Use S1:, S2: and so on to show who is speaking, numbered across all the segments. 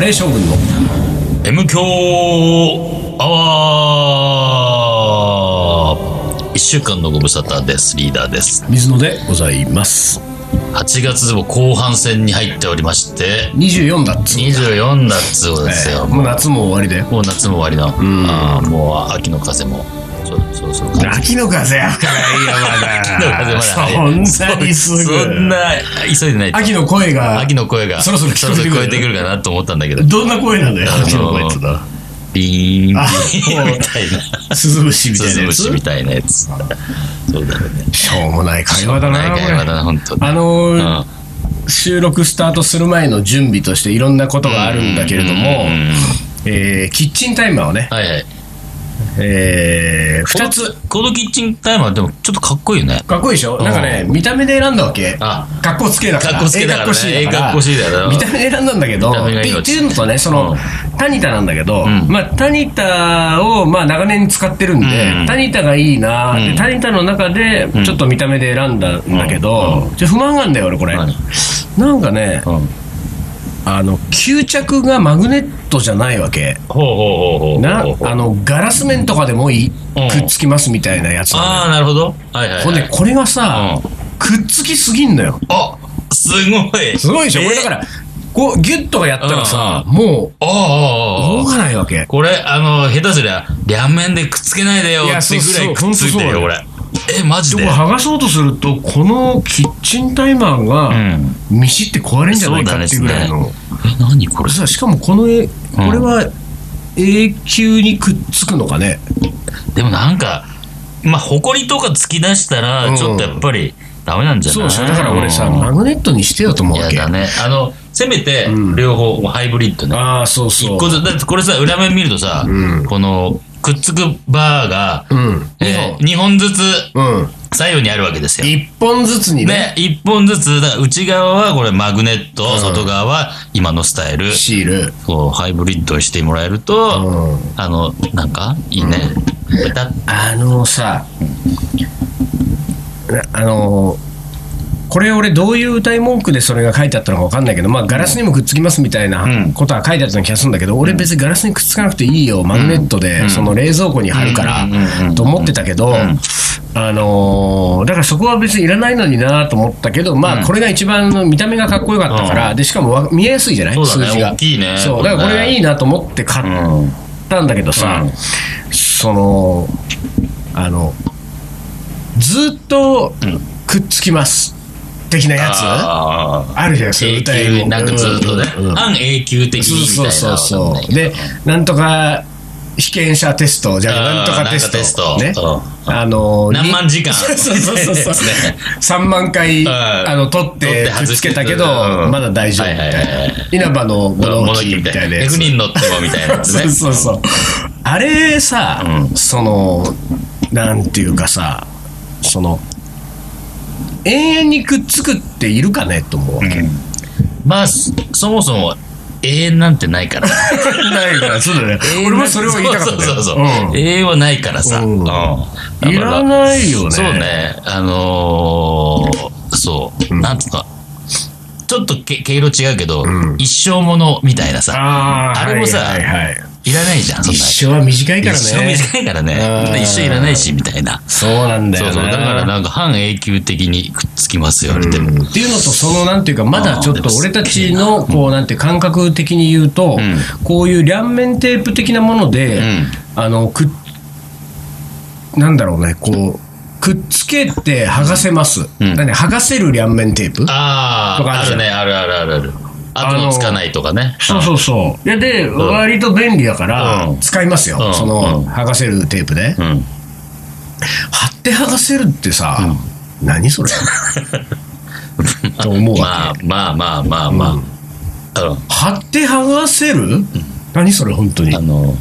S1: レー将軍の
S2: M 強アワー一週間のご無沙汰です。リーダーです。
S1: 水野でございます
S2: 8月も後半戦に入っておりまして、
S1: 24だっつう
S2: 24だっつうことです
S1: え
S2: よ。
S1: ーもう夏も終わりで
S2: もう夏も終わり
S1: ん
S2: の。あーもう秋の風も、そそろそろ感じ
S1: 秋の風やからいいよまだそんなにすぐ
S2: そんな急いでないと
S1: 秋の声が
S2: 秋の声が
S1: そろそろ
S2: そ
S1: 聞
S2: ろ
S1: こ
S2: そ
S1: えてくる
S2: ろ聞こえてくるかなと思ったんだけど
S1: どんな声なんだよ秋の声ってのは
S2: ビーンビーンみ
S1: あ
S2: たいな
S1: スズムシみたいな
S2: 鈴
S1: やつ
S2: 虫みたいなやつそうだよね
S1: しょうもない会話だ
S2: しょう
S1: な
S2: も
S1: こ
S2: い会話だ
S1: れ
S2: な本当に
S1: あ
S2: う
S1: のー
S2: ん
S1: 収録スタートする前の準備としていろんなことがあるんだけれども
S2: うんうんうん
S1: えーキッチンタイマーをね
S2: はいはい
S1: え2つ
S2: このキッチンタイマーでもちょっとかっこいいよね
S1: かっこいいでしょなんかね、見た目で選んだわけ。
S2: あ
S1: かっこつけだから。
S2: かっこつけだからね
S1: ええかっこしいだから。
S2: ええかっこしいだから
S1: 見た目で選んだんだけど、
S2: 見た目
S1: っ
S2: がいい
S1: て
S2: よ
S1: っていうのとね、その
S2: う、
S1: タニタなんだけど、
S2: ん
S1: まあ、タニタを、まあ、長年使ってるんで、
S2: うん
S1: タニタがいいな、
S2: う
S1: で
S2: ん
S1: タニタの中で、ちょっと見た目で選んだんだけど、ちょ不満があんだよ、俺、これ。
S2: 何
S1: なんかね、
S2: ほう
S1: あの、吸着がマグネットじゃないわけ。
S2: ほうほうほう
S1: な
S2: ほう、ほう
S1: あの、ガラス面とかでもいい、
S2: うん
S1: くっつきますみたいなやつなのよ
S2: ああなるほどはいはい
S1: ほん
S2: は
S1: で、
S2: い
S1: これがさ、
S2: うん
S1: くっつきすぎんのよ。
S2: あすごい
S1: すごいでしょ、
S2: え
S1: これだから、こう、ギュッとかやったらさ、もう、
S2: ああああああ
S1: 動かないわけ。
S2: これ、あの、下手すりゃ、両面でくっつけないでよ
S1: いや
S2: ってぐらいくっついて
S1: そう
S2: るよ、
S1: そう
S2: これ。え、マジ
S1: で
S2: で
S1: も、剥がそうとすると、このキッチンタイマー
S2: う
S1: が、
S2: ん。
S1: ミシって壊れんじゃないかっていうぐらい
S2: そう
S1: の。
S2: え、何こ
S1: こ
S2: れ
S1: れさ、しかもこの絵、これは、永久にくっつくのかね。
S2: でもなんか、まあ、ほこりとか突き出した
S1: う
S2: ら、
S1: ん
S2: ちょっとやっぱり、ダメなんじゃない
S1: そうでしょだから俺さ、マ
S2: ん
S1: グネットにしてよと思
S2: いう
S1: わ
S2: や、
S1: け。
S2: だね。あの、せめて
S1: うん、
S2: 両方、ハイブリッドね。
S1: ああ、そうそう。
S2: 一個ずつだってこれさ、裏面見るとさ、
S1: うん
S2: この、くっつくバーが、
S1: うん。
S2: えー二本ずつ
S1: 本。うん。
S2: 左右にあるわけですよ。
S1: 一本ずつにね、
S2: ね、一本ずつ、だから内側はこれマグネット、
S1: うん
S2: 外側は今のスタイル、
S1: シール。
S2: こうハイブリッドしてもらえると、
S1: うん。
S2: あの、なんか、いいね。ペタッ
S1: あのさ、なあのこれ俺どういう歌い文句でそれが書いてあったのか分かんないけど、まあ、ガラスにもくっつきますみたいな
S2: うん
S1: ことは書いてあったような気がするんだけど、俺別にガラスにくっつかなくていいよマグネット
S2: う
S1: で
S2: ん
S1: その冷蔵庫に貼るから
S2: うんうんうんうん
S1: と思ってたけど、
S2: ん
S1: あのだからそこは別にいらないのになと思ったけど、まあ、これが一番の見た目がかっこよかったから、でしかもわ見えやすいじゃない、
S2: そうだね
S1: 数字が
S2: 大きいね
S1: そうだからこれがいいなと思って買っ
S2: うん。
S1: ったんだけどさ、
S2: う
S1: そのあのずっと
S2: ん
S1: くっつきます的なやつあ
S2: あー
S1: るじゃないですか
S2: 永
S1: 歌い
S2: 久、
S1: も
S2: なんかずっとね
S1: うんうんうん、
S2: 半永久的にみたい
S1: そう
S2: な。
S1: そう
S2: わ
S1: そ
S2: かんな
S1: う
S2: いけ
S1: で
S2: ど
S1: なんとか被験者テストじゃ
S2: あー
S1: なくなんとかテスト
S2: な
S1: ね
S2: んかテスト
S1: あの
S2: 何万時間
S1: そうそうそうそう
S2: ね
S1: 3万回
S2: ん
S1: あの取っ
S2: 取って
S1: てく
S2: 外
S1: っ
S2: して
S1: つけたけど
S2: うん
S1: まだ大丈夫みたい
S2: はいはいはいは
S1: な稲葉の物
S2: 物
S1: 置
S2: 置
S1: み
S2: み
S1: た
S2: た
S1: い
S2: い
S1: な
S2: な。
S1: やつ
S2: 100人乗ってもみたいなや つ
S1: そ
S2: ね。
S1: うそうそう。あれさ、
S2: うん
S1: その、なんていうかさ、その、永遠にくっつくっているかねと思うわけ。
S2: まあ、そそもそも、永遠なんてないから。
S1: ないから、そうだね。 俺もそれを言いたかったよ。
S2: そうそうそう
S1: うん
S2: 永遠はないからさ。
S1: う
S2: うんんだから
S1: いらないよね
S2: そうね。あのーそう。なんつうか、ちょっとけ毛色違うけど、
S1: うん
S2: 一生ものみたいなさ、
S1: あー
S2: あれもさ
S1: はいはいはい
S2: いらないじゃん、そん
S1: 一
S2: な。
S1: 生は短いからね。
S2: 一生短いから
S1: うん
S2: ね。一生いらないし、みたいな。
S1: そうなんだよ
S2: そう
S1: な
S2: そう。だからなんか半永久的にくっつきますよ、みたい
S1: う
S2: な。
S1: んっていうのとそのなんていうかまだちょっと俺たちのこうなんて感覚的に言うと、
S2: ん
S1: こういう両面テープ的なもので、
S2: ん
S1: あのくっなんだろうねこうくっつけて剥がせます、
S2: うん
S1: なんで剥がせる両面テープ
S2: あ
S1: とか
S2: あ、
S1: あ
S2: あ
S1: るじゃん
S2: るね、あるあるあるある。後もつかないとかね。
S1: そうそうそういやで、割と便利だから、
S2: うん
S1: 使いますよ、
S2: うん
S1: その、
S2: うん
S1: 剥がせるテープで、
S2: うん。
S1: 貼って剥がせるってさ、何それと思うわけ、
S2: まあまあまあまあまあ。
S1: う
S2: うんん
S1: 貼って剥がせる、何それ本 当に
S2: あの、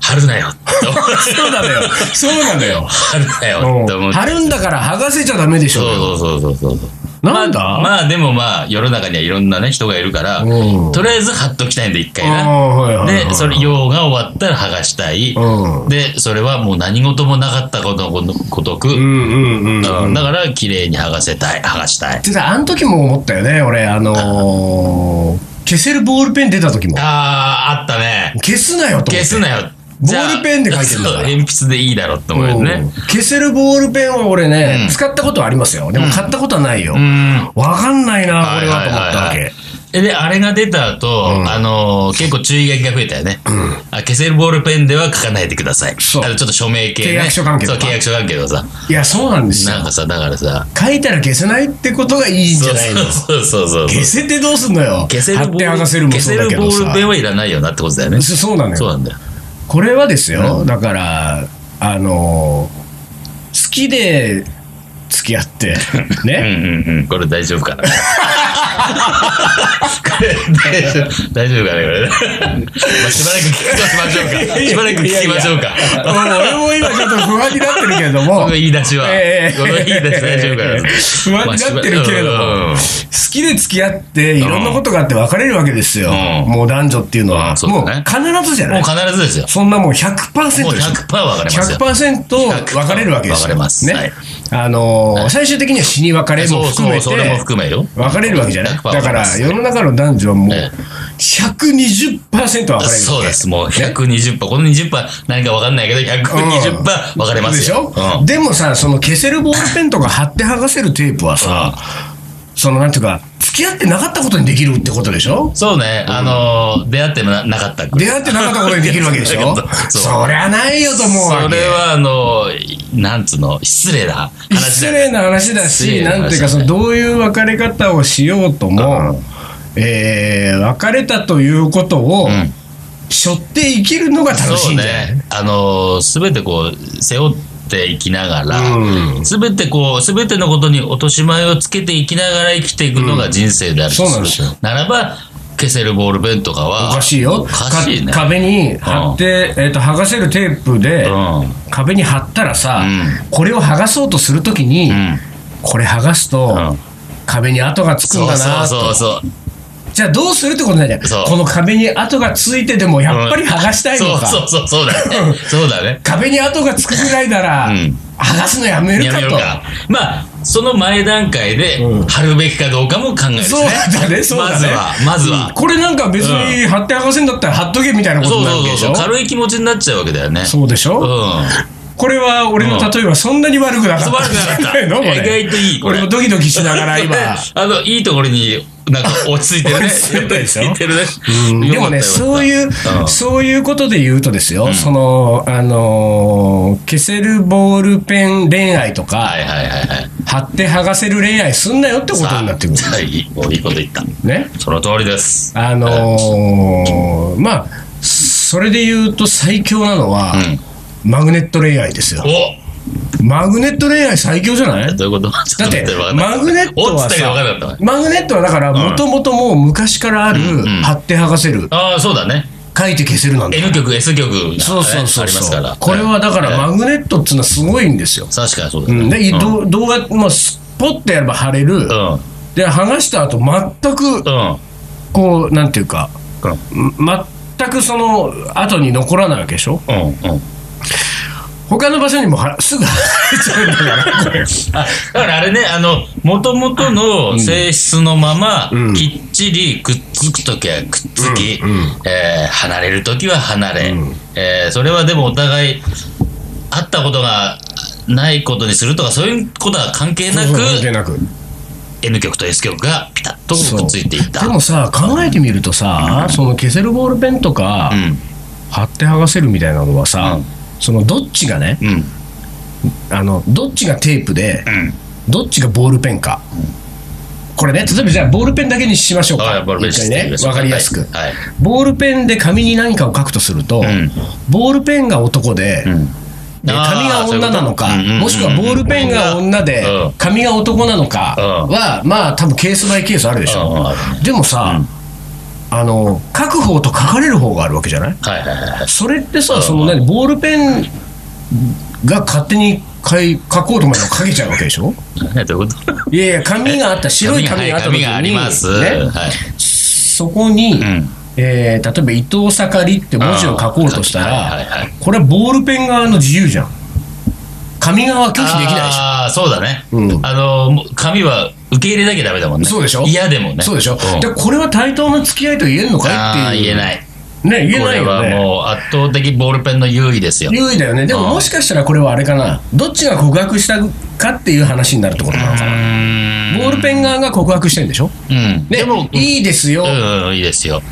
S2: 貼るなよって思う。
S1: そうなのよ。そうなのよ。
S2: 貼るなよって思
S1: 貼
S2: って。
S1: るんだから剥がせちゃダメでしょうよ。
S2: そうそうそうそうそう。
S1: なんだ、
S2: まあ、まあでもまあ、世の中にはいろんなね、人がいるから
S1: うん、
S2: とりあえず貼っときたいんで、一回な。
S1: あーはいはいはい
S2: で、それ、用が終わったら剥がしたい。
S1: うん
S2: で、それはもう何事もなかったことのごとく、
S1: う
S2: うん
S1: んうんうん。だ
S2: だから綺麗に剥がせたい、剥がしたい。
S1: ってさ、あの時も思ったよね、俺。あのー消せるボールペン出た時も。
S2: ああ、あったね。
S1: 消すなよと思っ
S2: 消
S1: て。
S2: すなよ。
S1: ボールペンで書いてるんだ
S2: そう
S1: から
S2: 鉛筆でいいだろうって思うよ
S1: うん
S2: ね。
S1: 消せるボールペンは俺ね、
S2: うん
S1: 使ったことはありますよ。でも買ったことはないよ。
S2: うん。
S1: わかんないな、こ
S2: い
S1: れはと思ったわ
S2: いい
S1: け。
S2: い。で、あれが出た後、あのー結構注意書きが増えたよね。あ消せるボールペンでは書かないでください。
S1: そう
S2: あのちょっと署名系、ね。
S1: 契約書関係
S2: そ
S1: と
S2: う、
S1: か
S2: 契約書関係のさ。
S1: いや、そうなんですよ
S2: な。んかさ、だからさ。
S1: 書いたら消せないってことがいいんじゃないの
S2: そうそうそうそう
S1: 消。せてどうすんのよ。
S2: 消せる
S1: 貼っ
S2: ボ
S1: て
S2: ー
S1: 剥
S2: ル
S1: がせるも
S2: 消
S1: そ
S2: せ
S1: うだ
S2: る
S1: け
S2: ボ
S1: ど
S2: ール
S1: さ
S2: ペ。ンはいらないよなってことだよね。
S1: そそうなの
S2: そう
S1: よ。
S2: なんだよ。
S1: これはですよ、だから、あのー好きで付き合 って、
S2: うん
S1: ね。
S2: うんうん。これ大丈夫かな。これ大丈夫大丈夫かねこれ。まあしばらく聞きましょうか。しばらく聞きましょうか。
S1: もう俺も今ちょっと不安になってるけれど
S2: こ
S1: も。
S2: の言い出しは、
S1: ええ
S2: この言い出し大丈夫かな。
S1: 不安になってるけれども、
S2: まあし
S1: 好きで付き合っていろんなことがあって別れるわけですよ、
S2: うん
S1: もう男女っていうの
S2: う
S1: は、
S2: んそう
S1: もう
S2: だね
S1: 必ずじゃな
S2: ばら
S1: い
S2: くもう必ずですよ。
S1: そんなもう100%
S2: もう
S1: でしょ
S2: 100%分かれますよ。
S1: 100%分かれるわけですよ。
S2: 分かれます
S1: ね。
S2: はい
S1: あのー最終的には死に別れも
S2: そう
S1: 含
S2: そ
S1: め
S2: う、
S1: て、
S2: それも含めよ。
S1: 分かれるわけじゃない。だ
S2: 100%
S1: から、
S2: 分かれます
S1: 世の中の男女はもう
S2: ええ、
S1: 120%分かれるわけ
S2: そうです。もう120%。この20%何か分かんないけど、120%分かれますよ。
S1: でしょ、
S2: うん
S1: でもさ、その消せるボールペンとか貼って剥がせるテープはさ、そのなんていうか、付き合ってなかったことにできるってことでしょ
S2: そうね、あのー、出会ってもななかった。
S1: 出会ってなかったことにできるわけでしょ
S2: そう
S1: そりゃないよと思うわけ。
S2: それは、あのー、なんつうの、失礼な話だ
S1: 失
S2: よね
S1: 礼な話だ
S2: 失
S1: し、
S2: 礼な話
S1: なんていうか、
S2: だ
S1: そ
S2: ね
S1: のどういう別れ方をしようとも、えー別れたということを
S2: ん、
S1: 背負って生きるのが楽しいんじゃない
S2: そうね。あのー、全てこう、背負っていきなが
S1: う
S2: ら、すべてこう、すべてのことに落とし前をつけていきながら生きていくのが人生であると
S1: そうなんですよ
S2: ならば、消せるボールペンとかは。
S1: おかしいよ。
S2: おかしいね。
S1: か壁に貼って、えっと、剥がせるテープで、
S2: うん。
S1: 壁に貼ったらさ、
S2: う
S1: これを剥がそうとするときに、
S2: うん
S1: これ剥がすと、
S2: うん
S1: 壁に跡がつくん
S2: そう
S1: だな
S2: そう
S1: と
S2: そうそう。
S1: じゃあどうするってことなんじゃん
S2: そう
S1: この壁に跡がついててもやっぱり剥がしたいのか、
S2: そうそうそう、そうだ ね。そうだね。
S1: 壁に跡がつくぐらいなら、
S2: うん
S1: 剥がすのやめる
S2: や
S1: か
S2: めよう
S1: と
S2: か。まあ、その前段階で、貼るべきかどうかも考えるし
S1: そうだねそうだね
S2: まずは、まずは。
S1: これなんか別に貼って剥がせんだったら貼っとけみたいなこと
S2: そ
S1: に
S2: う
S1: なる
S2: そ
S1: わ
S2: う
S1: け
S2: そ
S1: で
S2: う
S1: し
S2: そう。
S1: ょ
S2: 軽い気持ちになっちゃうわけだよね。う。
S1: そうでしょ、
S2: ん。
S1: これは俺の例えはそんなに悪くなかった、
S2: うん悪くなか った
S1: じゃいのこれ
S2: 意外といいこれ
S1: 俺もドキドキしながら今
S2: あの、いいところに、なんか落ち着いてるね。
S1: 落ち着いたでしょ
S2: 落ち着いてるね。
S1: でもね、
S2: よかったよ
S1: そういう、
S2: かったうん
S1: そういうことで言うとですよ、その、あのー消せるボールペン恋愛とか、
S2: はいはいはいはい。
S1: 貼って剥がせる恋愛すんなよってことになってくる。
S2: さあいい、もういいこと言った。
S1: ね。
S2: その通りです。
S1: あのーまあ、それで言うと最強なのは、マグネット恋愛ですよ。
S2: お
S1: マグネット恋愛最強じゃない
S2: どういうことだ
S1: だって、マグネット
S2: おっ
S1: は
S2: つったけど分かんなか
S1: さ
S2: っ、た。
S1: マグネットはだから、もともともう昔からある、
S2: ん
S1: 貼って剥がせる、
S2: ああ、そうだね。
S1: 書いて消せるなんて
S2: M 曲、S 曲がね
S1: そうそうそう
S2: あります
S1: そ
S2: か
S1: う
S2: ら。
S1: これはだからマグネットっていうのはすごいんですよ。
S2: 確かにそうだ
S1: う
S2: ね。
S1: ん、で、どう動画、もうスポッとやれば貼れる、
S2: うん。うん。
S1: で剥がした後全くこうなんていうか、ん全くその後に残らないわけでしょ
S2: うん。うん。
S1: 他の場所にもはすぐ貼れちゃうんだからこれ
S2: あだからあれね、あの、もともとの性質のまま、
S1: ん
S2: きっちりくっつくときはくっつき、
S1: うんうん
S2: えー離れるときは離れ、
S1: うん
S2: えーそれはでもお互い、会ったことがないことにするとか、そういうことは関係なく、
S1: そうそう関係なく
S2: N 曲と S 曲がピタッとくっついていった。
S1: でもさ考えてみるとさ、その消せるボールペンとか、
S2: う
S1: 貼って剥がせるみたいなのはさ、
S2: うん
S1: そのどっちがね
S2: ん。うん。
S1: あのどっちがテープで、
S2: うん。
S1: どっちがボールペンか。これね、例えばじゃあボールペンだけにしましょう
S2: あ
S1: か。
S2: やっぱり
S1: 一回ね、
S2: ベスト
S1: わかりやすく。
S2: はい。
S1: ボールペンで紙に何かを書くとすると、
S2: ん
S1: ボールペンが男で、
S2: うん
S1: で紙が女なのか、
S2: あーそういうこと
S1: もしくはボールペンが女で
S2: うん、
S1: 紙が男なのかは、まあ多分ケースバイケースあるでしょ。
S2: うんあ
S1: でもさ、あの、書く方と書かれる方があるわけじゃない
S2: はいはいはいはい。
S1: それってさ、その何、ボールペンが勝手に書い書こうと思えば書けちゃうわけでしょ
S2: 何どういうこと
S1: いやいや、紙があった、白い紙があった時に、
S2: 紙があります。
S1: ね、
S2: はい。
S1: そこに、
S2: ん
S1: えー例えば伊藤盛りって文字を書こうとした
S2: あーはいはい
S1: ら
S2: はい、
S1: これはボールペン側の自由じゃん。紙側は拒否できないでしょ。
S2: ああ、そうだね。
S1: うん
S2: あの、もう紙は受け入れなきゃダメだもんね。
S1: そうでしょ
S2: 嫌でもね。
S1: そうでしょ、
S2: ん
S1: でこれは対等な付き合いと言えるのか
S2: あ
S1: いっ
S2: あ、
S1: ていう
S2: 言えない。
S1: ね言え
S2: こ
S1: ない
S2: れ
S1: よ
S2: は
S1: ね
S2: もう圧倒的ボールペンの優位ですよ。
S1: 優位だよねでも
S2: うん
S1: もしかしたらこれはあれかなどっちが告白したかっていう話になるってことなのかなボールペン側が告白してんでしょ
S2: うん。
S1: で
S2: でも、
S1: いいですよ、
S2: うんうん、いいですよ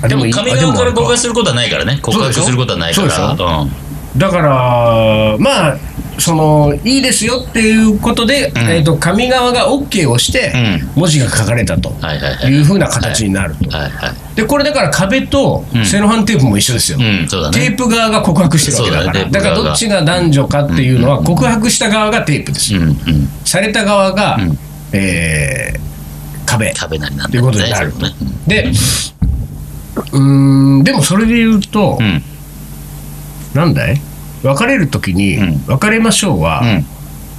S1: あ。
S2: でも
S1: でもいい、
S2: 上側
S1: あ
S2: か
S1: で
S2: ら
S1: も
S2: 告白することはないからね。告
S1: そうで
S2: 白
S1: しょ
S2: することはないか
S1: そ
S2: ら。
S1: うでし
S2: うん
S1: だからまあそのいいですよっていうことで、
S2: ん
S1: えー、と紙側が OK をして、文字が書かれたと
S2: はいはいはい
S1: いうふうな形になると、
S2: はいは
S1: でこれだから壁と
S2: うん
S1: セロハンテープも一緒ですよ、
S2: い。うん、そうだ
S1: テ
S2: ね。
S1: ープ側が告白してるわけだから
S2: そ
S1: だ,、
S2: うだねテ
S1: か
S2: ープ側が
S1: らどっちが男女かっていうのは告白した側がテープです
S2: う
S1: よ、
S2: んうん。
S1: された側が、
S2: うん
S1: えー壁
S2: 壁なりなん
S1: とい
S2: だ
S1: う
S2: よ
S1: こ
S2: ね
S1: とになる
S2: そうね
S1: でうーんでもそれで言うと、
S2: うん。
S1: なんだい別れる時に、
S2: うん
S1: 別れましょうは、
S2: うん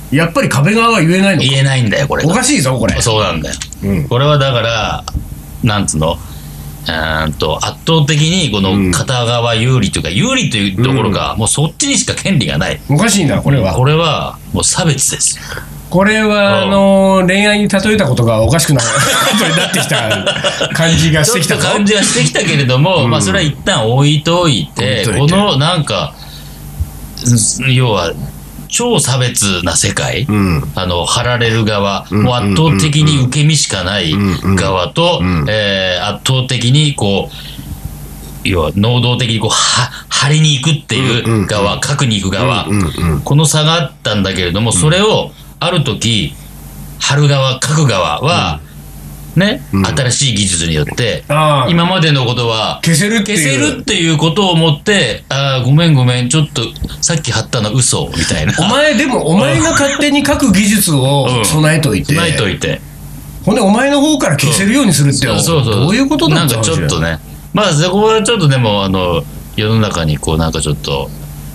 S1: やっぱり壁側は言えないのか
S2: 言えないんだよ、これ
S1: お
S2: が。
S1: かしいぞこれ
S2: そうなんだよ。
S1: うん
S2: これはだから、なんつうの、うーんと圧倒的にこ
S1: うん
S2: の片側有利というか、有利というところが、もうそっちにしか権利がない。
S1: おかしいなこれは
S2: これはもう差別です。
S1: これは、あ
S2: うん
S1: のー恋愛に例え たことがおかしくなることになってきた感じがし
S2: ち
S1: て
S2: ょっ
S1: きた
S2: と
S1: ぞ
S2: 感じはしてきたけれども、
S1: うん
S2: まあそれは一旦置いといて、
S1: 置いとい
S2: こ
S1: て
S2: のなんか、うん要は、超差別な世界、
S1: うん
S2: あの、貼られる側、
S1: ん
S2: もう圧倒的に受け身しかない
S1: うんうん
S2: 側と
S1: うん、
S2: えー圧倒的にこう、要は能動的にこう、は、貼りに行くって
S1: うんう
S2: い
S1: ん
S2: う側、書くに行く側、
S1: うんうん
S2: この差があったんだけれども、それをある時、貼る側、書く側は、ね、
S1: うん
S2: 新しい技術によって、
S1: ああ
S2: 今までのことは、
S1: 消せるって
S2: 消
S1: い
S2: せ
S1: う
S2: るっていうことを思って、ああ、ごめんごめん、ちょっと、さっき貼ったの嘘、みたいな。
S1: お前でもお前が勝手に書く技術
S2: う
S1: を
S2: ん
S1: 備えといて、
S2: ないといて。
S1: ほんでお前の方から消せるようにするって
S2: そうそうそう
S1: どういうことだ
S2: なんかちょっとねまあそこはちょっとでもあの世の中にこうなんかちょっと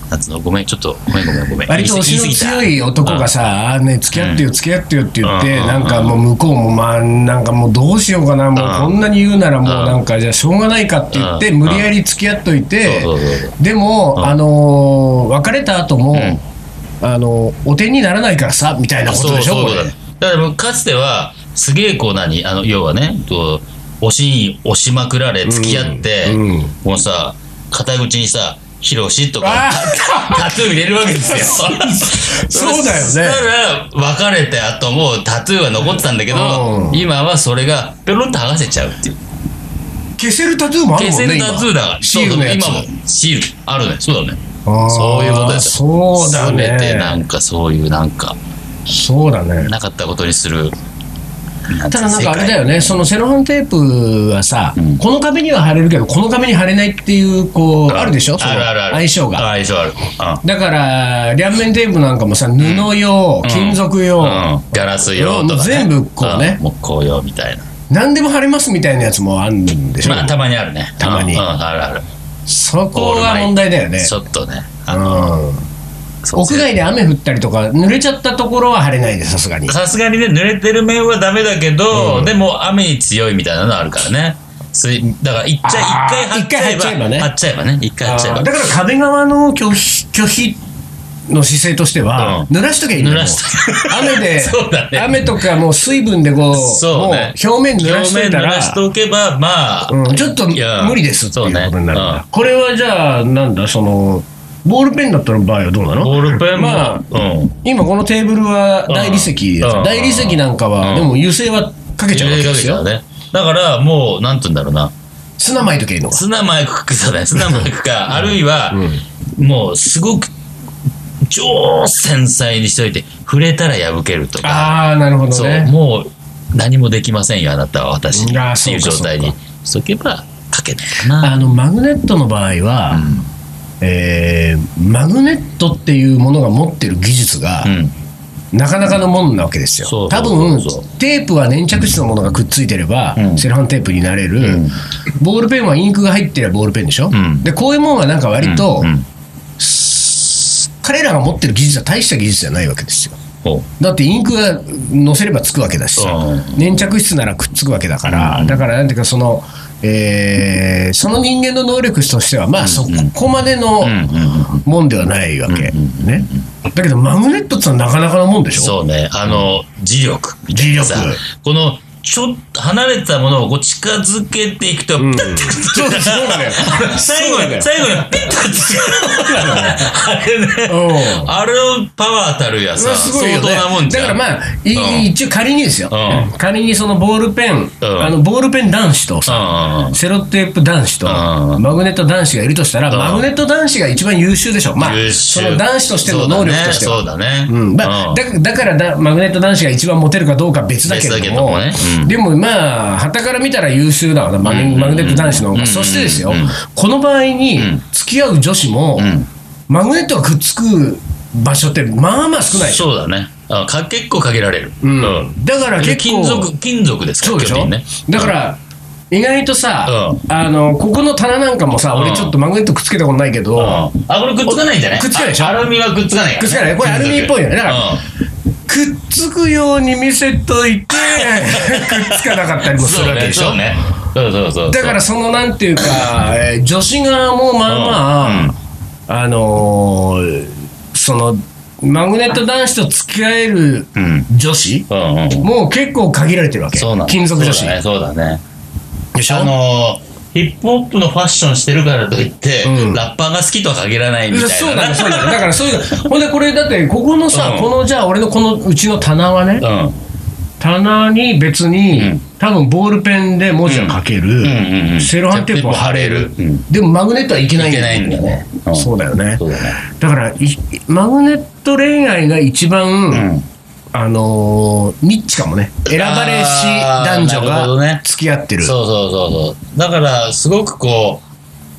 S2: なんつうのごめんちょっとごめんごめんごめん
S1: 割と推
S2: 言い
S1: し
S2: 過
S1: の
S2: ぎた
S1: 強い男がさ、あーね、付き合ってよ、付き合ってよって言って、
S2: うん
S1: なんかもう向こうも、まあ、なんかもうどうしようかな、もうこんなに言うなら、もうなんか、じゃあしょうがないかって言って、
S2: うん
S1: 無理やり付き合っといて
S2: そうそうそう、
S1: でも、あのー、別れた後も、
S2: ん
S1: あのー、お手にならないからさ、みたいなこと
S2: そう
S1: でしょ、
S2: そう
S1: こ
S2: そうだ
S1: れ
S2: ね。だからもうかつてはすげえこう何あの要はねこう押しに押しまくられ付き合って、
S1: うんうん
S2: もうさ肩口にさ「ヒロシ」と
S1: あ
S2: かタトゥー入れるわけですよ
S1: そうだよね
S2: したら別れてあともうタトゥーは残ってたんだけど、
S1: うん
S2: 今はそれがペロンと剥がせちゃうっていう
S1: ー消せるタトゥーもある
S2: 消
S1: もんね、
S2: せるタトゥーだから、
S1: 今シールのやつ
S2: そうそう今もシールあるねそうだね
S1: あー
S2: そういうことですよ
S1: そうだ
S2: 全てな
S1: ね。
S2: んかそういうなんか
S1: そうだね。
S2: なかったことにする
S1: ただなんかあれだ
S2: よ
S1: よね、そのセロハンテープはさ、
S2: ん
S1: この壁には貼れるけど、この壁に貼れないっていう、こう、あるでしょ、その
S2: あるあるある
S1: 相性が。
S2: 相性ある
S1: だから、両面テープなんかもさ、布用、
S2: うん
S1: 金属用、
S2: うん、うんガラス用とか、ね、
S1: 全部こうね
S2: ん木工用みたいな
S1: 何でも貼れますみたいなやつもあるんでしょ、
S2: まあたまにあるね
S1: たまに
S2: うんうんあるある
S1: そこは問題だよね。
S2: ちょっとねあの
S1: うん屋外で雨降ったりとか、濡れちゃったところは貼れないで、さすがに。
S2: さすがにね、濡れてる面はダメだけど、でも雨に強いみたいなのあるからね。水だから、一回、
S1: あー
S2: 一回貼っちゃえば、
S1: 一回
S2: 貼
S1: 貼
S2: っちゃえばね。一回貼っちゃえ
S1: あ
S2: ば
S1: ーだ。から壁側の拒否拒否の姿勢としては、
S2: う
S1: 濡らしときゃいいんだよ
S2: 濡らしと
S1: もう雨
S2: そうだ
S1: で、
S2: ね
S1: 雨とかもう水分でこう
S2: そうね
S1: もう表面濡らしとい
S2: 表面
S1: た
S2: 濡
S1: ら
S2: らしておけば、まあ、
S1: うん、ちょっと
S2: いや
S1: 無理ですっていうことになるん
S2: そう
S1: だ、
S2: ね
S1: これはじゃあなんだそのボールペンだったの場合はどうなの
S2: ボールペンも、
S1: まあ
S2: うん。
S1: 今このテーブルは大理石です
S2: うん
S1: 大理石なんかは、
S2: うん
S1: でも油性はかけちゃうわけですよ、
S2: 入れかけちゃうね。だから、もう、なんて言うんだろうな。
S1: 砂まいとけばいいのか
S2: 砂マイクか、そうだね、砂マイクか、あるいは、もう、すごく、超繊細にしといて、触れたら破けるとか。
S1: ああなるほど
S2: そう
S1: ね
S2: もう何もできませんよあなたは私
S1: いやー
S2: っていう
S1: そう
S2: 状
S1: か
S2: 態に
S1: そう
S2: しとけば書けないかな
S1: あのマグネットの場合は、えーマグネットっていうものが持ってる技術が、
S2: うん
S1: なかなかのもんなわけですよ
S2: そうそう
S1: 多
S2: そ
S1: 分
S2: うそう
S1: テープは粘着質のものがくっついてれば、
S2: うん
S1: セロハンテープになれる、
S2: ん
S1: ボールペンはインクが入ってればボールペンでしょ、
S2: ん
S1: でこういうもんはなんか割と、
S2: うんうん
S1: 彼らが持ってる技術は大した技術じゃないわけですよ
S2: おう
S1: だってインクが乗せればつくわけだしさ
S2: う
S1: 粘着質ならくっつくわけだから、だからなんていうかそのえーその人間の能力としては、まあ、そこまでの
S2: うんうん
S1: もんではないわけ、ね、だけどマグネットってのはなかなかのもんでしょ
S2: そうね、あの、磁力。
S1: 磁力
S2: さこの、ちょっと離れたものをこう近づけていくと、ピタッてくっつ
S1: そう
S2: く
S1: だよそうだよ
S2: 最
S1: そ
S2: 後
S1: うだ
S2: に、
S1: よ
S2: 最後にピッとくっつくあれね。
S1: うん
S2: あれのパワーたるや
S1: それ
S2: さ、
S1: はすごい
S2: 相
S1: よ
S2: 当
S1: ね
S2: なもんじ
S1: だ
S2: ゃん。
S1: からまあ、い
S2: うん
S1: 一応仮にですよ、
S2: う
S1: 仮にそのボールペン、
S2: ん
S1: あのボールペン男子とさ、
S2: あ、
S1: セロテープ男子と
S2: うん
S1: マグネット男子がいるとしたら、
S2: うん
S1: マグネット男子が一番優秀でしょう、まあ、
S2: 優秀
S1: その男子としての能力としては。
S2: そうだね。そううだね
S1: んまあ、
S2: うん
S1: だだからだマグネット男子が一番モテるかどうかは別だけれども、
S2: 別だけどもねうん
S1: でもまあ、はたから見たら優秀だわな、マグマグネット男子の方が、
S2: うん
S1: そしてですよ、
S2: うん
S1: この場合に付き合う女子も、
S2: ん
S1: マグネットがくっつく場所って、まあまあ少ないでしょ
S2: そうだね。あか結構限られる。
S1: うん
S2: うん
S1: だから結構
S2: 金属、金属ですか
S1: そう
S2: ら、
S1: でしょ、
S2: 基本的にね。
S1: だから、意外とさ、
S2: う
S1: あのここの棚なんかもさ、
S2: う
S1: 俺
S2: ん
S1: ちょっとマグネットくっつけたことないけど、
S2: あ、これくっつかないんじゃない
S1: くっつかないでしょ
S2: あアルミはくっつかないからね
S1: くっつかないこれアルミっぽいよねだから
S2: う
S1: くっつくように見せと いてくっつかなかったりも
S2: ん
S1: する
S2: そう
S1: わけで
S2: ね、
S1: しょ
S2: そうね。そうそうそうそう。
S1: だからそのなんていうか、えー女子側もまあまあ、あのーそのマグネット男子と付き合える
S2: うん。
S1: 女子、
S2: うんうん。
S1: もう結構限られてるわけ
S2: そうなんだ
S1: 金属女子
S2: そうだね、そうだね。
S1: でしょ
S2: あのーヒップホップのファッションしてるからといって、
S1: うん
S2: ラッパーが好きとは限らないみたいな。
S1: そうだね、そうだね。だからそういう、ほんでこれだって、ここのさ、
S2: うん
S1: このじゃあ俺のこのうちの棚はね、
S2: うん。
S1: 棚に別に、
S2: うん
S1: 多分ボールペンで文字を書ける、
S2: うんうんうん
S1: セロハンテープを貼れる、
S2: うん
S1: でもマグネットはいけない
S2: いけないんだよねうん
S1: そうだよね
S2: そうだね。
S1: だからいマグネット恋愛が一番、
S2: うん
S1: あのーニッチかもね選ばれし男女
S2: あーなるほど
S1: が
S2: ね
S1: 付き合ってる
S2: そうそうそうそう。だから、すごくこ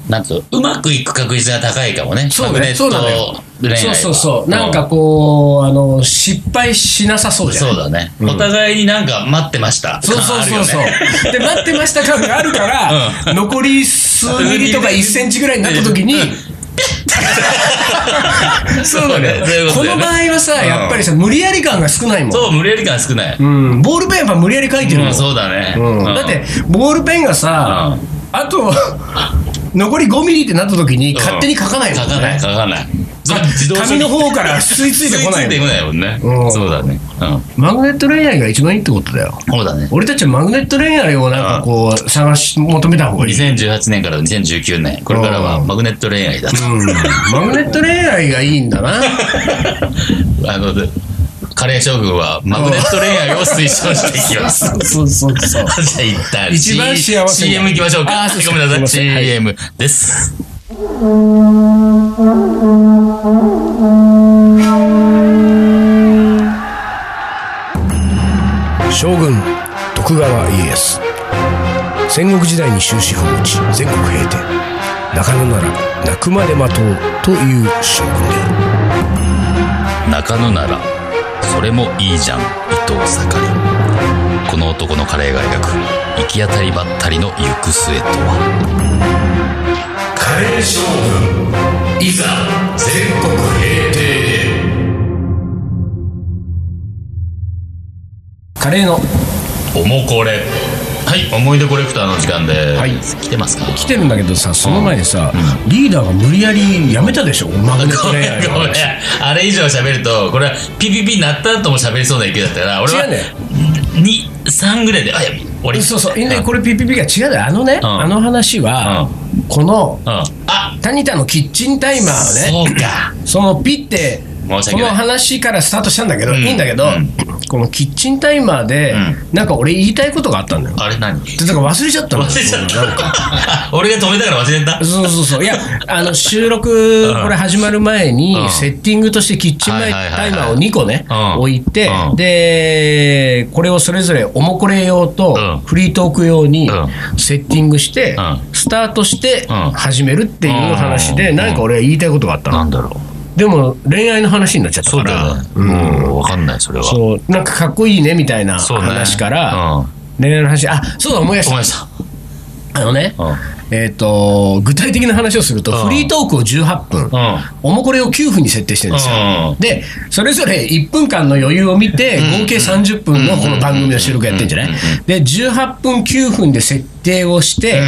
S2: う、なんつうのうまくいく確率が高いかもね。
S1: そうね
S2: マグネッ
S1: そ
S2: ト
S1: うなのよ
S2: 恋愛
S1: そう
S2: は
S1: そうそうなんかこう、あの失敗しなさそうじゃん
S2: そうだね、
S1: うん
S2: お互いになんか待ってました。
S1: そうそうそうそう、
S2: 感あるよ
S1: で
S2: ね
S1: 待ってました感があるから、残り数ミリとか1センチぐらいになった時に、
S2: うん
S1: そうだね
S2: そういうこ
S1: こと
S2: だ
S1: の
S2: よね
S1: 場合はさ、
S2: うん
S1: やっぱりさ無理やり感が少ないもん
S2: そう、無理やり感少ない。
S1: うん、ボールペンやっぱ無理やり書いてるもん、
S2: うんそうだね、
S1: うん
S2: うん
S1: だってボールペンがさ、
S2: う
S1: あと残り5ミリってなった時に勝手に書かないもんね、
S2: 書かない書かないそう自動書き
S1: 紙の方から吸い付いてこない
S2: 吸
S1: もん
S2: いもんね
S1: うん
S2: そうだねうん
S1: マグネット恋愛が一番いいってことだよ
S2: そうだね
S1: 俺たちはマグネット恋愛をなんかこう探し求めた方がいい
S2: 2018年から2019年これからは
S1: うん
S2: マグネット恋愛だと
S1: うんマグネット恋愛がいいんだ な。
S2: あのでカレー将軍はマグネット恋愛を推奨していきます
S1: そうそうそう。
S2: じゃあ一旦
S1: 一番幸せ
S2: CM 行きましょうか
S1: あーそうです
S2: ごめんなさい
S1: すいません
S2: CM です
S1: 将軍徳川家康戦国時代に終止符を打ち全国平定中野なら泣くまで待とうという将軍である
S2: 中野ならそれもいいじゃん伊藤盛りこの男のカレーが描く行き当たりばったりの行く末とは
S1: カレー将
S2: いざ全国平定
S1: カレーの
S2: おもこれはい思い出コレクターの時間です、
S1: はい
S2: 来てますか
S1: 来てるんだけどさその前にさ、リーダーが無理やりやめたでしょマ グネット
S2: ご
S1: 恋
S2: めん
S1: 愛の
S2: ごめん
S1: 話
S2: あれ以上喋るとこれはピピピ鳴った後も喋りそうな勢いだったから俺は
S1: 違うね
S2: 23ぐらいであやべ終わり
S1: そうそう、
S2: ん
S1: でこれ PPP が違うだあのね、
S2: うん
S1: あの話は、この
S2: うんあ
S1: タニタのキッチンタイマーをね
S2: そうか
S1: そのピってこ
S2: 申し訳ない
S1: の話からスタートしたんだけど、
S2: うん
S1: いいんだけど、
S2: うん
S1: このキッチンタイマーで、
S2: う
S1: なんか俺言いたいことがあったんだよ。
S2: あれ何忘れ
S1: でだから忘れちゃったの
S2: ちゃっ
S1: なんか
S2: た俺が止めたから忘れた
S1: そうそうそうい やあの収録
S2: うん
S1: これ始まる前に、
S2: うん
S1: セッティングとしてキッチン
S2: はいはいはいはい
S1: タイマーを2個ね、
S2: うん
S1: 置いて、
S2: うん
S1: でこれをそれぞれおもこれ用
S2: うん
S1: とフリートーク用に
S2: う
S1: セッティングして、
S2: うん
S1: スタートして
S2: うん
S1: 始めるっていう話で、
S2: うん
S1: なんか俺は言いたいことがあったの、
S2: なんだろう
S1: でも恋愛の話になっちゃった
S2: そ
S1: か
S2: うだ
S1: ら
S2: よねうん分かんないそれは
S1: そうなんかかっこいいねみたいな
S2: そうね
S1: 話から、
S2: うん
S1: 恋愛の話あそうだ思い出し
S2: 思い
S1: た
S2: ました
S1: あのね、
S2: うん
S1: えっ、と、具体的な話をすると、
S3: うん
S1: フリートークを18分、おもこれを9分に設定してるんですよ。
S3: うん
S1: で、それぞれ1分間の余裕を見て、合計30分のこの番組の収録やってんじゃないで、18分9分で設定をして、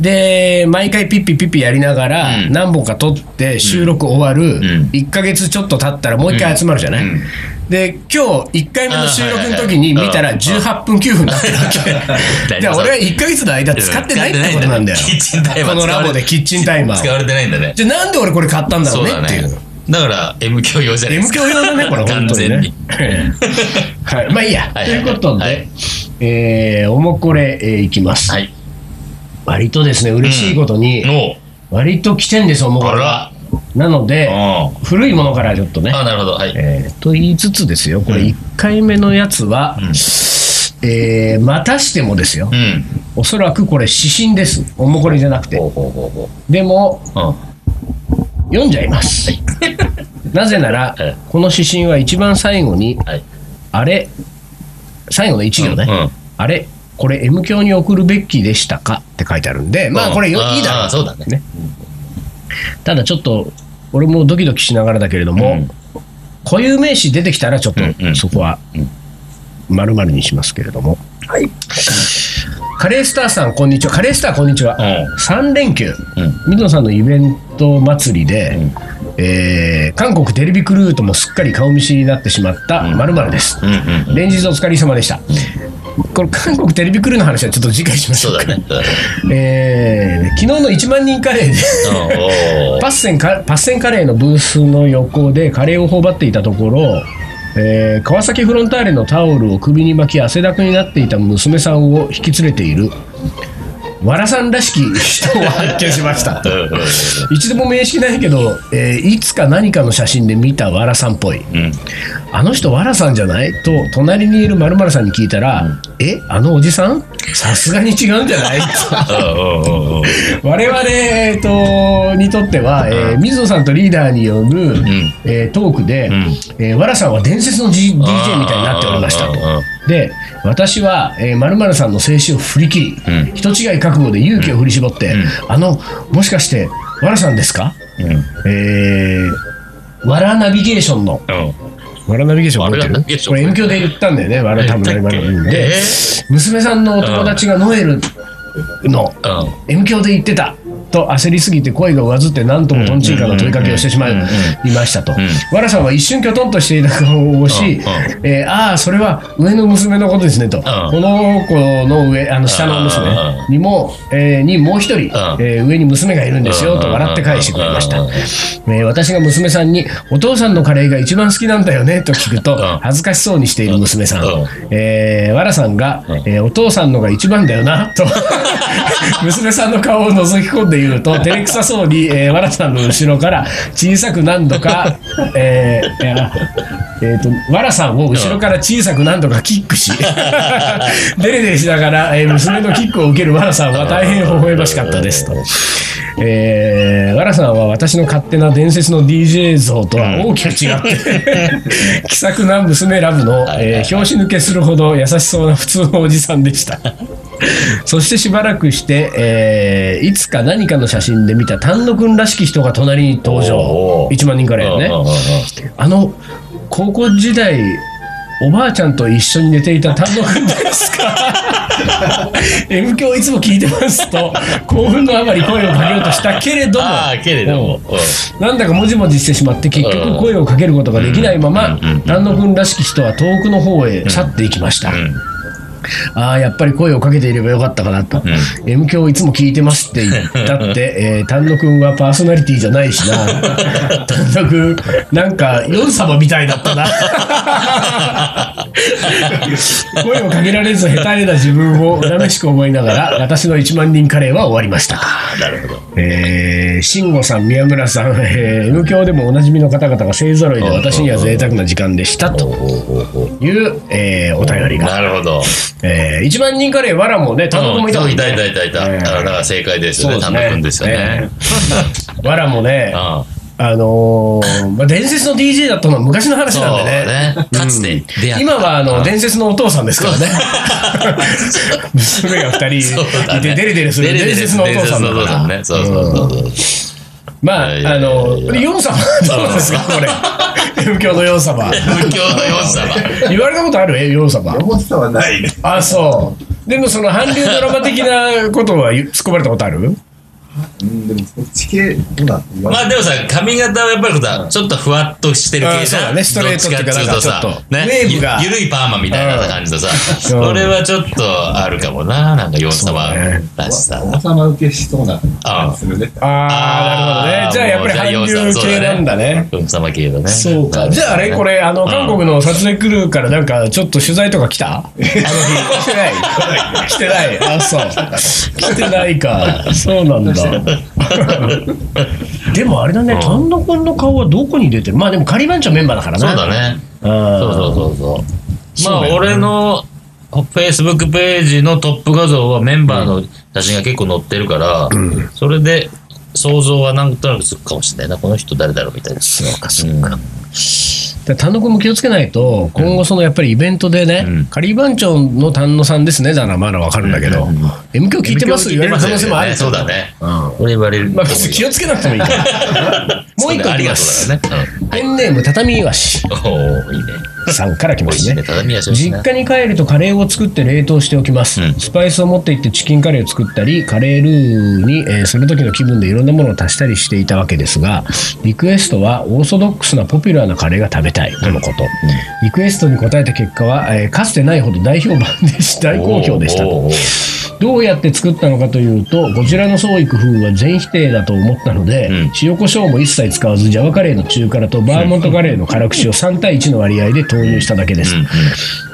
S1: で、毎回ピッピピッピやりながら、
S3: うん
S1: 何本か撮って収録終わる、
S3: ん
S1: 1ヶ月ちょっと経ったらもう1回集まるじゃない、
S3: うん
S1: で、今日1回目の収録の時に見たら
S3: うん
S1: 18分9分になってるわけ。
S3: 大
S1: じ
S3: 丈
S1: ゃ
S3: 夫
S1: 俺は1ヶ月の間使ってないってことなんだよ。
S3: キッチンタイマー
S1: このラボでキッチンタイマーを。
S3: 使われてないんだね
S1: じゃあなんで俺これ買ったんだろ
S3: そうう
S1: ね
S3: だ
S1: ってい
S3: ね
S1: う。
S3: だから M 教用じゃないで
S1: M
S3: すか
S1: 教用だね、これ、
S3: 完
S1: 本当に
S3: 全
S1: ね
S3: に。
S1: はい、まあいいや。
S3: はいは
S1: と
S3: いいうはい
S1: ことで、
S3: はい
S1: えーおもこれ、えーいきます、
S3: はい
S1: 割とですね、嬉しいことに、
S3: の
S1: 割と来てんです、おもこれは。なので、
S3: あ
S1: 古いものからちょっとね。
S3: あなるほどはい
S1: えーと言いつつですよ、これ、
S3: うん
S1: 1回目のやつは、
S3: ん
S1: えーまたしてもですよ、
S3: うん
S1: おそらくこれ、指針です、おもこれじゃなくて、
S3: ほうほうほうほ
S1: でも、
S3: ううん
S1: 読んじゃいます。 なぜなら
S3: え、
S1: この指針は一番最後に、
S3: はい
S1: あれ、最後の1行ね、
S3: うんうん
S1: あれ、これ、M 教に送るべきでしたかって書いてあるんで、まあ、これよ、
S3: うん
S1: いいだろ
S3: あーそうだね
S1: ねただちょっと、俺もドキドキしながらだけれども、
S3: うん
S1: 固有名詞出てきたら、ちょっ
S3: うんう
S1: と
S3: ん
S1: そこは、まるまるにしますけれども。カレースターさん、こんにちは。カレースター、こんにちは。
S3: う
S1: 3連休、
S3: うん
S1: 水野さんのイベント祭りで、えー韓国テレビクルーともすっかり顔見知りになってしまったまるまるです、
S3: うんうんうん
S1: 連日お疲れ様でした、これ韓国テレビクルーの話はちょっと次回しましょ
S3: そうう
S1: か
S3: だねそうだね
S1: えー昨日の1万人カレー で
S3: うんおー
S1: パッセンかパッセンカレーのブースの横でカレーを頬張っていたところ、えー川崎フロンターレのタオルを首に巻き汗だくになっていた娘さんを引き連れているわらさんらしき人を発見しました
S3: うんうん
S1: 一度も面識ないけど、えーいつか何かの写真で見たわらさんっぽい
S3: うん
S1: あの人わらさんじゃないと隣にいるまるまるさんに聞いたら、えあのおじさんさすがに違うんじゃない
S3: うんうんうんうん
S1: 我々、えーとにとっては、えー水野さんとリーダーによる、
S3: ん
S1: えートークで、
S3: ん
S1: えーわらさんは伝説の、G、DJ みたいになっておりましたと
S3: うんうんうん
S1: で私は、えー、〇〇さんの静止を振り切り、
S3: うん
S1: 人違い覚悟で勇気を振り絞って、あのもしかしてわらさんですか、えー、わらナビゲーションの
S3: うん
S1: わらナビゲーション覚え
S3: わらナ
S1: て
S3: ビゲー
S1: る
S3: ション
S1: これ M 響で言ったんだよねわらたぶんわら
S3: 言ったっけ
S1: で
S3: え
S1: 娘さんのお友達がノエルの
S3: うん
S1: M 響で言ってたと焦りすぎて声が上ずって何ともとんちんかの問いかけをしてしまい
S3: うんうんうん
S1: いましたと、
S3: ん
S1: わらさんは一瞬きょとんとしていた顔をし、
S3: うんうん
S1: えーああそれは上の娘のことですねと、この子の上あの下の娘にも、えーにもう一人、えー上に娘がいるんですよと笑って返してくれました、
S3: うんうん
S1: えー私が娘さんに「お父さんのカレーが一番好きなんだよね」と聞くと
S3: ん
S1: 恥ずかしそうにしている娘さん、
S3: うん
S1: えーわらさんが、えーお父さんのが一番だよな」と 娘さんの顔を覗き込んで言うと照れくさそうに、えーわらさんの後ろから小さく何度か、えーえーあえーとわらさんを後ろから小さく何度かキック しデレデレしながら、えー娘のキックを受けるわらさんは大変微笑ましかったですと。えー、わらさんは私の勝手な伝説の DJ 像とは大きく違って、 気さくな娘ラブの、えー、表紙抜けするほど優しそうな普通のおじさん でした。そしてしばらくして、えーいつか何かの写真で見た丹野くんらしき人が隣に登場
S3: お。ー
S1: 1万人から
S3: うん
S1: よね。
S3: うんうん
S1: あの、高校時代、おばあちゃんと一緒に寝ていた丹野くんですか ?M 響いつも聞いてますと、興奮のあまり声をかけようとしたけれども、
S3: ああけれどもう
S1: なんだかもじもじしてしまって結局声をかけることができないまま丹野君らしき人は遠くの方へ去っていきました、
S3: ん
S1: ああやっぱり声をかけていればよかったかなと「M 響いつも聞いてます」って言ったって、えー、丹野君はパーソナリティじゃないしな丹野君なんかヨン様みたいだったな声をかけられず下手な自分を恨めしく思いながら私の1万人カレーは終わりました
S3: んなるほど
S1: えー、慎吾さん、宮村さん、 えー、M 教でもおなじみの方々が勢ぞろいで私には贅沢な時間でしたという、えー、お便りが、
S3: なるほど
S1: えー、1万人カレー、わらもね、単独もいたもん
S3: いたい
S1: ね
S3: たいたいた
S1: ええ
S3: あだから正解ですよね田
S1: ね
S3: 中君ですよね
S1: えーわらもね
S3: あ
S1: あのーまあ、伝説の DJ だったのは昔の話
S2: そう
S1: なんでね
S2: ね。かつて出会った。
S1: 今はあの
S2: うん
S1: 伝説のお父さんですからね 娘が2
S2: そう
S1: 人
S2: だ
S1: い
S2: ね
S1: てデレデレする伝説のお父さんだ
S2: 伝説のお父
S1: か
S2: ね
S1: ら
S2: そうそうそうそう。
S1: まあ
S2: いや
S1: あ
S2: いやいやいや
S1: のこれヨン 様どうですかこれ M 教のヨン様
S2: 仏教の良さは。
S1: 言われたことあるえヨン様
S4: 思ってたはないね。
S1: あそうでもその韓流ドラマ的なことは言う突っ込まれたことある
S4: うん、でもそっち系、どうなんて言わ
S2: ま
S4: ない
S2: あでもさ、髪型はやっぱりこうさちょっとふわっとしてる
S1: う
S2: 系
S1: ん
S2: じ
S1: そう
S2: ゃ
S1: だ
S2: ん。
S1: ねストレートっていうか
S2: どっちかっつう
S1: なんかちょっと
S2: とね
S1: ウェーブが
S2: ゆゆるいパーマみたいな感じのさ、
S1: うん
S2: それはちょっとあるかもな、なんかヨン様
S1: そうね
S2: らしさ。
S4: 王様受けしそうな感じするね。
S1: ああなるほどねじゃあやっぱり韓流系なんだね
S2: ヨン様系だね。
S1: そうかじゃああれこれあの韓国の撮影クルーからなんかちょっと取材とか来たあの日来てない来てないあそう来てないかそうなん だでもあれだね単独の顔はどこに出てるまあでも仮番長メンバーだから
S2: そ
S1: な
S2: うだね。そう
S1: そ
S2: そうそうそう。ま
S1: そうだ
S2: あ
S1: よね
S2: 俺のフェイスブックページのトップ画像はメンバーの写真が結構載ってるから、それで想像はなんとなくつくかもしれないな。この人誰だろうみたいな。そうかそうか。
S1: だから丹野君も気をつけないと、今後、そのやっぱりイベントでね、
S2: うん
S1: カリー番長の丹野さんですね、ならまだわかるんだけど、M 響聞いてます言われる可能性もある
S2: そうだ
S1: ね。
S2: ね。俺言われる。
S1: まあ、別に気をつけなくてもいいから。もう一個
S2: あ
S1: い
S2: り
S1: き
S2: が
S1: ま
S2: と
S1: す。
S2: うだからね。うん
S1: ペンネーム、畳いわし
S2: おーいいね。
S1: さんから来
S2: 美
S1: ま
S2: 味し
S1: す
S2: いね。
S1: ね。
S2: 畳足をし
S1: 実
S2: な。
S1: 家に帰るとカレーを作って冷凍しておきます、
S2: うん
S1: スパイスを持って行ってチキンカレーを作ったりカレールーに、えーその時の気分でいろんなものを足したりしていたわけですがリクエストはオーソドックスなポピュラーなカレーが食べたいとのこと、リクエストに応えた結果は、えーかつてないほど大評判でし大好評でしたと
S2: おーおー
S1: どうやって作ったのかというとこちらの創意工夫は全否定だと思ったので、
S2: うん
S1: 塩コショウも一切使わずジャワカレーの中辛とバーモントカレーの辛口を3対1の割合で投入しただけです、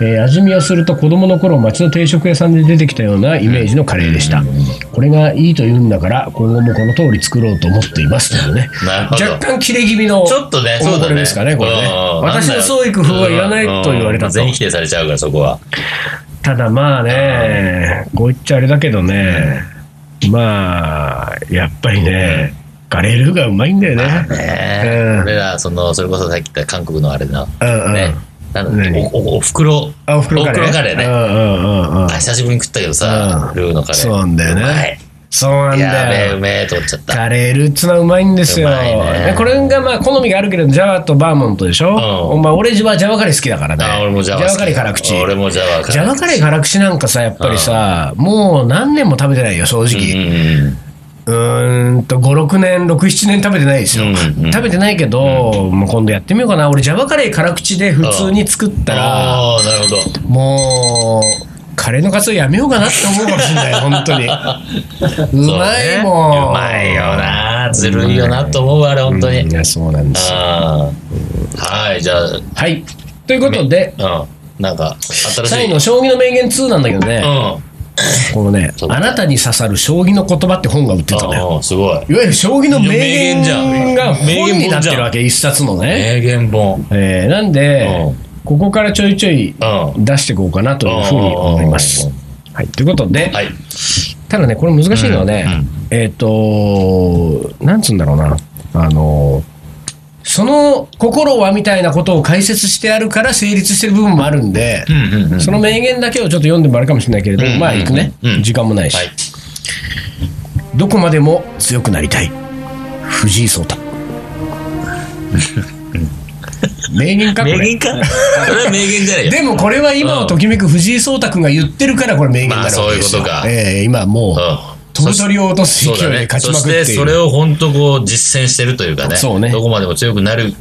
S1: えー味見をすると子供の頃町の定食屋さんで出てきたようなイメージのカレーでした、これがいいと言うんだから今後もこの通り作ろうと思っていますというね
S2: なるほど
S1: 若干切れ気味の
S2: ちょっとね、
S1: おも
S2: そう
S1: こ
S2: だ
S1: れ
S2: ね。
S1: ですかねこれね
S2: うん
S1: 私の創意工夫はいらないと言われた
S2: うん
S1: と
S2: 全否定されちゃうから、そこは。
S1: ただまあね、こう言っちゃあれだけどね、まあ、やっぱりね、ガレルーがうまいんだよね。
S2: ね
S1: うん
S2: 俺らそのそれこそさっき言った韓国のあれな、
S1: うんうん
S2: ねなんだ
S1: 何
S2: おおおふくろ
S1: あ、おふくろカレー。
S2: おふくろカレーね
S1: うんうんうんうん。
S2: あ久しぶりに食ったけどさ、
S1: うん
S2: ルーのカレー
S1: そうなんだよね
S2: うまい
S1: そうなん
S2: やべ
S1: だ
S2: えう
S1: よ。
S2: めえと思っちゃった
S1: カレールーっつのはうまいんですよ。
S2: うまいね
S1: でこれがまあ好みがあるけど、ジャワとバーモントでしょ、
S2: うん
S1: まあ、俺はジャワカレー好きだからね。
S2: あ俺もジャワ好き
S1: カレー辛口。
S2: 俺もジャワ辛口
S1: ジャワカレー辛口なんかさ、やっぱりさ、もう何年も食べてないよ、正直。
S2: うん
S1: うーんと56年67年食べてないですよ、
S2: うんうん
S1: 食べてないけど、もう今度やってみようかな俺ジャワカレー辛口で普通に作ったら、
S2: ああなるほ
S1: もうカレーのカツオやめようかなって思うかもしれない本当 にう
S2: ど
S1: まい
S2: そう
S1: もん
S2: ねうまいよなずるいよなと思うわあれ本当に、
S1: うんいやそうなんですよ
S2: ああはいじゃあ、うん、
S1: はいということで
S2: なんか新し
S1: 最
S2: い
S1: 後の将棋の名言2なんだけどね、
S2: うん
S1: このね
S2: そうだ
S1: あ
S2: ね
S1: なたに刺さる将棋の言葉って本が売ってたのよ
S2: うんうんすご
S1: い
S2: い
S1: わゆる将棋の名言
S2: 名言じゃん
S1: が本になってるわけ一冊のね
S2: 名言本
S1: えーなんで、
S2: うん
S1: ここからちょいちょい
S2: うん
S1: 出していこうかなというふうに思います
S2: うん。
S1: はい、ということで、
S2: はい
S1: ただね、これ難しいのはね、えっ、と、なんつうんだろうな、あの、その心はみたいなことを解説してあるから成立してる部分もあるんで、
S2: うんうんうん
S1: その名言だけをちょっと読んでもあれかもしれないけれど、
S2: うん
S1: まあ、いくね、
S2: うん
S1: 時間もないし、
S2: はい
S1: どこまでも強くなりたい。藤井聡太。名言かこれ
S2: 名言かそれは名言じゃないよ。
S1: でもこれは今をときめく藤井聡太君が言ってるからこれ名言になるわけですよ、
S2: まあそういうことか
S1: ええ今もう飛ぶ鳥を落とす
S2: そう
S1: 勢い
S2: だ
S1: で
S2: ね。
S1: 勝ち
S2: そ
S1: ま
S2: し
S1: くっててい
S2: それ
S1: る
S2: を本当こう実践してるというかね。
S1: そうね
S2: どこまでも強くなる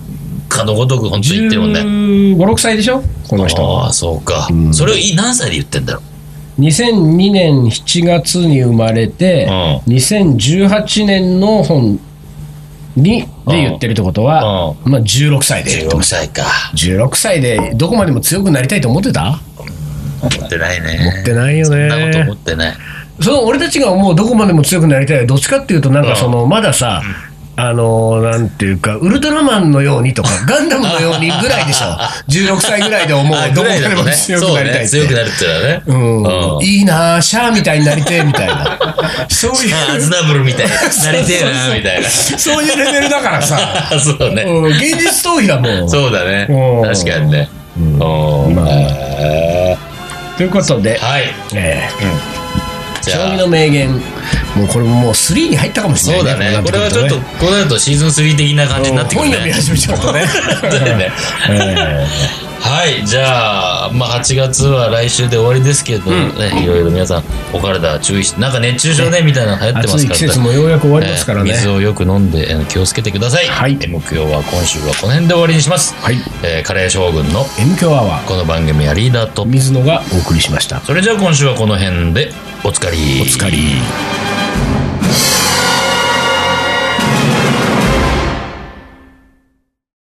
S2: かのごとく本当に言ってるもんね。
S1: 15、6歳でしょこの人
S2: ああ、そうか。それをい何歳で言ってんだろう。
S1: 2002年7月に生まれて、
S2: う
S1: 2018年の本にで言ってるってことは、まあ、16歳で言って
S2: 16
S1: ます
S2: 歳か。
S1: 16歳でどこまでも強くなりたいと思ってた
S2: 持ってないね。
S1: 持ってないよね
S2: そんなこと思ってない。
S1: その俺たちが思うどこまでも強くなりたいはどっちかっていうとなんかそのまださ、あのーなんていうか、ウルトラマンのように とか、ガンダムのようにぐらいでしょ。16歳ぐらいで思う
S2: あ、、
S1: どこ
S2: ぐら
S1: か
S2: いだ
S1: で
S2: と
S1: も
S2: ね。
S1: 強く
S2: そう
S1: なりたい
S2: ね。
S1: っ
S2: 強く
S1: て。
S2: なるって
S1: う
S2: いうのはね。
S1: ん、いいなあシャアみたいになりてえみたいなそう
S2: あーア
S1: い
S2: ズ
S1: う
S2: ナブルみたいになりてえな、みたいな。
S1: そういうレベルだからさ、
S2: あ そうね。
S1: うん、現実逃避だもん
S2: そうだね
S1: う。ん
S2: 確かにね。うん
S1: まあ
S2: へ
S1: ということで
S2: ー、はい。
S1: えー
S2: じ
S1: 将
S2: ゃ
S1: 棋
S2: あ
S1: の。名言もうこれももう3に入ったかもしれ
S2: そう
S1: な
S2: だ
S1: いね
S2: ね。これはち
S1: う
S2: ょ
S1: な
S2: っと、
S1: て
S2: こうなるとシーズン3的な感じになって
S1: く
S2: く
S1: るとねうん本読み
S2: るね。
S1: 始めちゃうと ね
S2: だね。
S1: え
S2: はい、じゃあ、まあ、8月は来週で終わりですけど、ね、いろいろ皆さん、お体注意して、なんか熱中症ね、みたいなの流
S1: ー
S2: 行ってま
S1: 暑
S2: す
S1: い
S2: から、
S1: 季節もようやく終わりますから
S2: え
S1: ね
S2: ー水をよく飲んで、えー気をつけてください。
S1: はい
S2: えー木曜は今週はこの辺で終わりにします。
S1: はい
S2: えーカレー将軍の
S1: M 強アワー
S2: この番組はリーダーと、
S1: 水野がお送りしました
S2: それじゃあ今週はこの辺で、おつかり。
S1: お疲れ